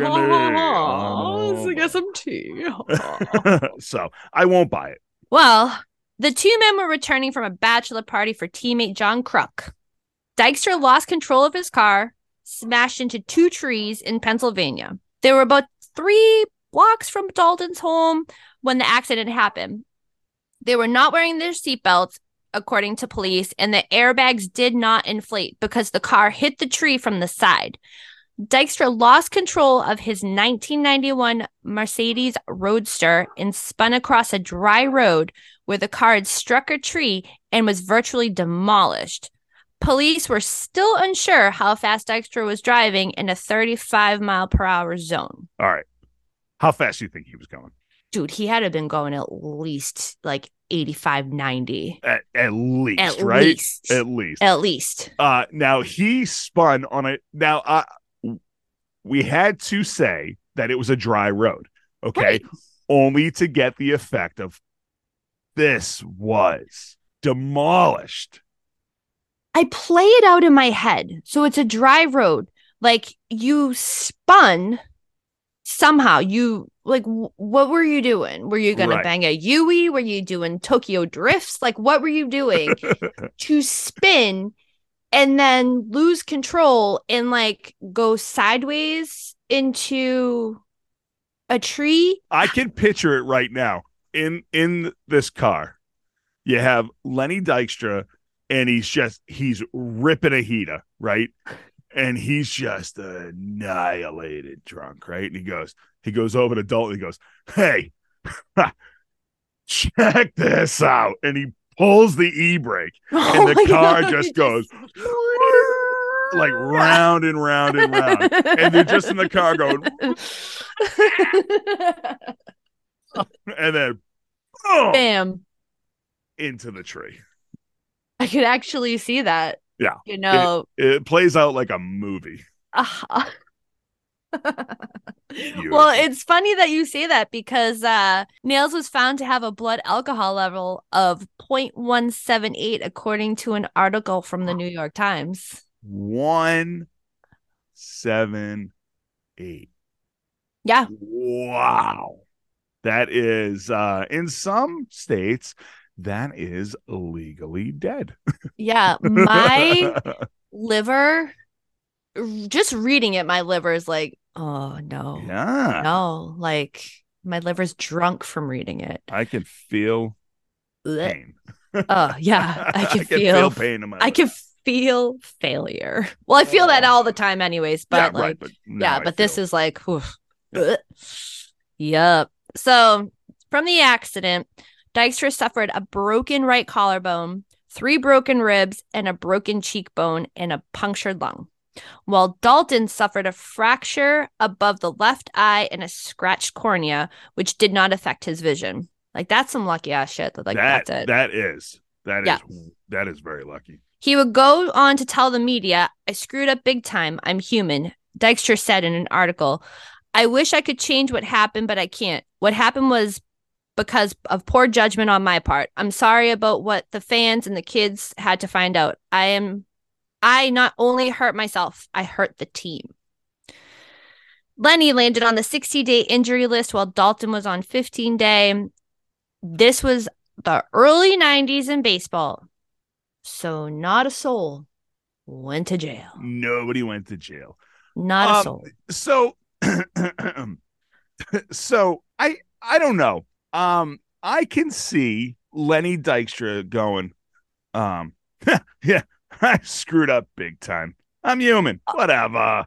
Look
alpha.
at me.
*laughs*
I'm an
I guess
alpha.
I'm tea.
*laughs*
*laughs*
so I won't buy it.
well, the two men were returning from a bachelor party for teammate John Kruk. Dykstra lost control of his car, smashed into two trees in Pennsylvania. They were about three blocks from Dalton's home when the accident happened. They were not wearing their seatbelts, according to police, and the airbags did not inflate because the car hit the tree from the side. Dykstra lost control of his 1991 Mercedes Roadster and spun across a dry road where the car had struck a tree and was virtually demolished. Police were still unsure how fast Dykstra was driving in a 35 mile per hour zone.
All right. How fast do you think he was going?
Dude, he had to have been going at least like 85, 90.
At, at least,
At
right?
least.
At least.
At least.
Uh, now he spun on a. Now uh, we had to say that it was a dry road, okay?
Right.
Only to get the effect of this was demolished.
I play it out in my head. So it's a dry road. Like you spun somehow. You like wh- what were you doing? Were you gonna
Right.
bang a Yui? Were you doing Tokyo drifts? Like what were
*laughs*
you doing to spin and then lose control and like go sideways into a tree? *laughs*
I can picture it right now in in this car. You have Lenny Dykstra, and he's just he's ripping a heater, right? And he's just annihilated drunk, right? And he goes, he goes over to Dalton. He goes, "Hey, *laughs* check this out!" And he pulls the e brake,
Oh
the
my
car
God,
just
it *laughs*
goes like round and round and round, and they're
*laughs*
just in the Oh. car going, and then boom,
Bam.
into the tree.
*laughs* I could actually see that.
Yeah.
You know,
It plays out like a movie.
*laughs* ah. well, it's funny that you say that because uh, Nails was found to have a blood alcohol level of 0.178, according to an article from the New York Times.
one seven eight
Yeah.
wow that is uh in some states that is legally dead
Yeah.
*laughs*
My liver, just reading it, my liver is like, oh, no.
yeah
No. Like, my liver's drunk from reading it.
i can feel
Blech.
pain
Oh,
*laughs*
yeah. *laughs* I can, feel
pain in my
I
life.
can feel failure. Well, I feel that all the time, anyways.
Yeah,
But
Oh. right,
like,
but now
yeah,
I
but this
feel-
is like, whew. yep. So from the accident, Dykstra suffered a broken right collarbone, three broken ribs, and a broken cheekbone, and a punctured lung. While Dalton suffered a fracture above the left eye and a scratched cornea, which did not affect his vision. Like that's some lucky ass shit. That like
that,
that's it.
that is that is
Yeah.
that is very lucky
He would go on to tell the media, I screwed up big time. I'm human. Dykstra said in an article, I wish I could change what happened, but I can't. What happened was because of poor judgment on my part. I'm sorry about what the fans and the kids had to find out. I am, I not only hurt myself, I hurt the team. Lenny landed on the 60 day injury list while Dalton was on 15 day. This was the early 90s in baseball. So not a soul went to jail.
nobody went to jail
Not a
Um,
soul.
so *clears throat* so i i don't know um i can see lenny dykstra going um *laughs* yeah i screwed up big time i'm human
Uh,
whatever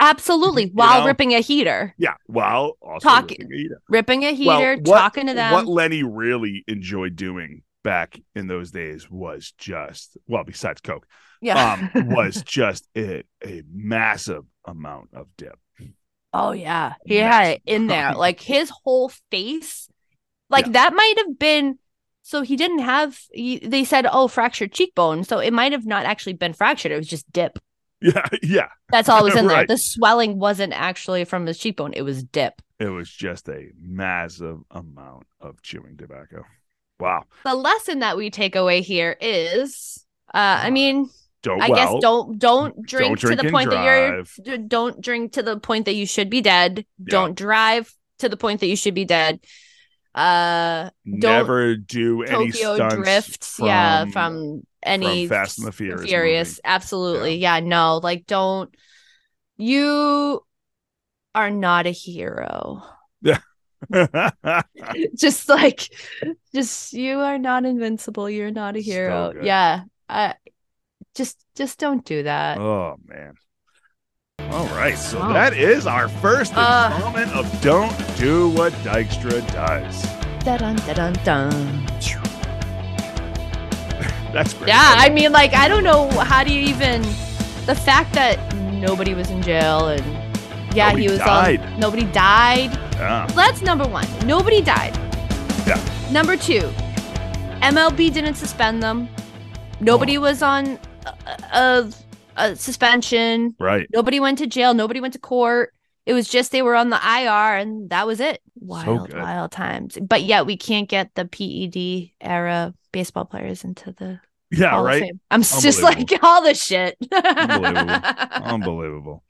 Absolutely.
you
While
know?
ripping a heater,
yeah while also
Talk-
ripping a heater.
ripping a
Well,
heater,
what-
talking to them.
what lenny really enjoyed doing back in those days was just well besides coke
yeah.
um
*laughs*
was just a, a massive amount of dip *laughs*
oh yeah. He had it in there. Like his whole face. Like
Yeah.
that might have been so he didn't have he, they said oh fractured cheekbone. So it might have not actually been fractured. It was just dip.
yeah yeah
That's all
*laughs*
was in
Right.
there. The swelling wasn't actually from his cheekbone. It was dip.
It was just a massive amount of chewing tobacco. Wow.
The lesson that we take away here is uh I
Uh,
mean
Don't
I
well,
guess don't don't drink,
drink
to the
and
point
drive.
that you're d- don't drink to the point that you should be dead.
Yeah.
Don't drive to the point that you should be dead. Uh
never do any
Tokyo
stunts
drifts, yeah,
from-
from any
Fast and the Furious movie.
absolutely. Yeah. no, like don't you are not a hero. *laughs*
*laughs*
just like just you are not invincible. You're not a
So
hero.
good.
yeah. Uh just just don't do that.
oh man. All right, so
Oh.
that is our first
Uh.
installment of Don't Do What Dykstra Does.
Dun, dun, dun, dun.
That's pretty
Yeah,
good.
I mean, like, I don't know how do you even the fact that nobody was in jail and yeah,
Nobody
he was
died.
on nobody died.
Yeah.
That's number one. Nobody died.
Yeah.
Number two, MLB didn't suspend them.
Oh.
Nobody was on a, a, a suspension.
Right.
Nobody went to jail. Nobody went to court. It was just they were on the IR and that was it. Wild,
good.
wild times. But yet we can't get the PED era baseball players into the
Yeah,
Hall of
right.
Fame. I'm s- just like all this shit.
Unbelievable. Unbelievable.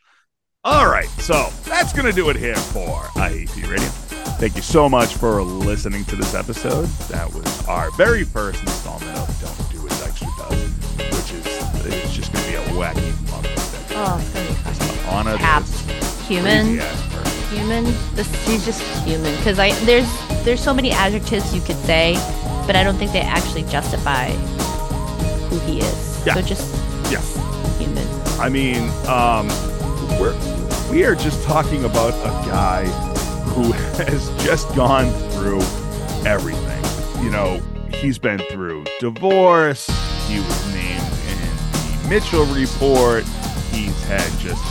All right, so that's going to do it here for IEP Radio. Thank you so much for listening to this episode. That was our very first installment of Don't Do As Extra Does, which is it's just going to be a wacky month.
*laughs* Oh, it's gonna be fun.
On a
Cap. Human, human. This, she's just human because I there's there's so many adjectives you could say, but I don't think they actually justify who he is.
Yeah.
So just
Yeah.
human.
I mean, um, we're we are just talking about a guy who *laughs* has just gone through everything. You know, he's been through divorce. He was named in the Mitchell report. He's had just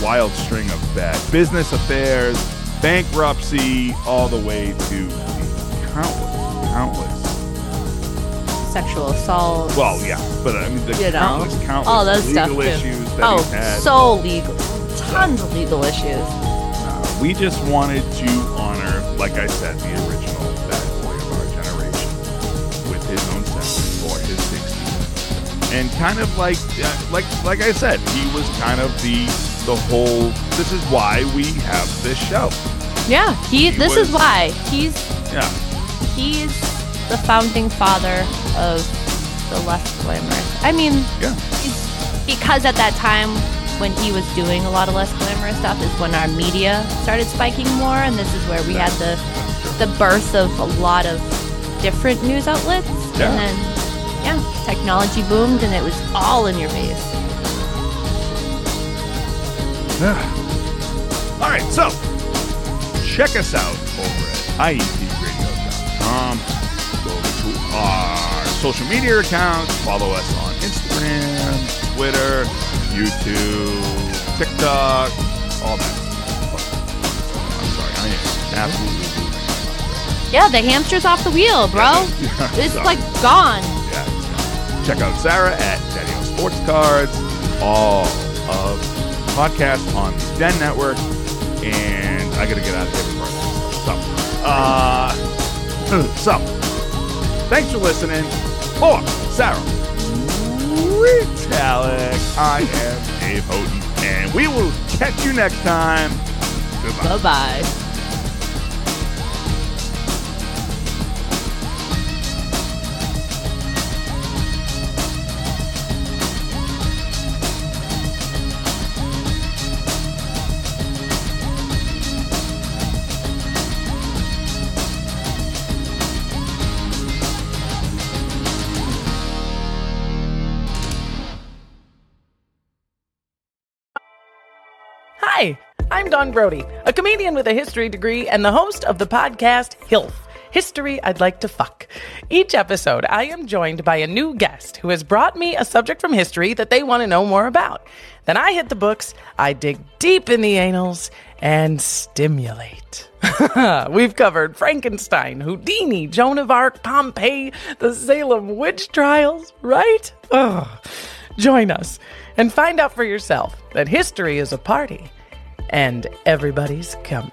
a wild string of bad business affairs, bankruptcy, all the way to the countless, countless
Sexual assault.
well, yeah, but I mean, the
You know,
countless, countless
all that stuff,
legal
too.
issues that
Oh,
he's had.
so legal. Tons of legal issues.
Uh, we just wanted to honor, like I said, the original bad boy of our generation with his own sentence for his 16th. And kind of like, uh, like, like I said, he was kind of the the whole. This is why we have this show.
Yeah. He.
He
this
was-
is why he's
Yeah,
he's the founding father of the less glamorous. I mean,
Yeah.
he's- because at that time when he was doing a lot of less glamorous stuff is when our media started spiking more, and this is where we had the the birth of a lot of different news outlets,
Yeah.
and then yeah, technology boomed, and it was all in your face.
All right, so check us out over at E IEPradio.com. Go over to our social media accounts. Follow us on Instagram, Twitter, YouTube, TikTok, all that. Oh, I'm sorry, I am absolutely losing
Yeah, the hamster's off the
*laughs*
wheel, bro.
my mind.
It's
Sorry.
like gone.
Yeah, it's- Check out Sarah at Daddy O Sports Cards, all of the podcasts on the Den Network, and I gotta get out of here before I So, uh, *clears throat* so thanks for listening. For Sarah Ritalik, I am Dave Houghton, and we will catch you next time. Goodbye.
Bye bye.
Hi, I'm Don Brody, a comedian with a history degree and the host of the podcast HILF. History I'd like to fuck. Each episode, I am joined by a new guest who has brought me a subject from history that they want to know more about. Then I hit the books, I dig deep in the anals, and stimulate. *laughs* We've covered Frankenstein, Houdini, Joan of Arc, Pompeii, the Salem witch trials, right? Ugh. Join us and find out for yourself that history is a party and everybody's coming.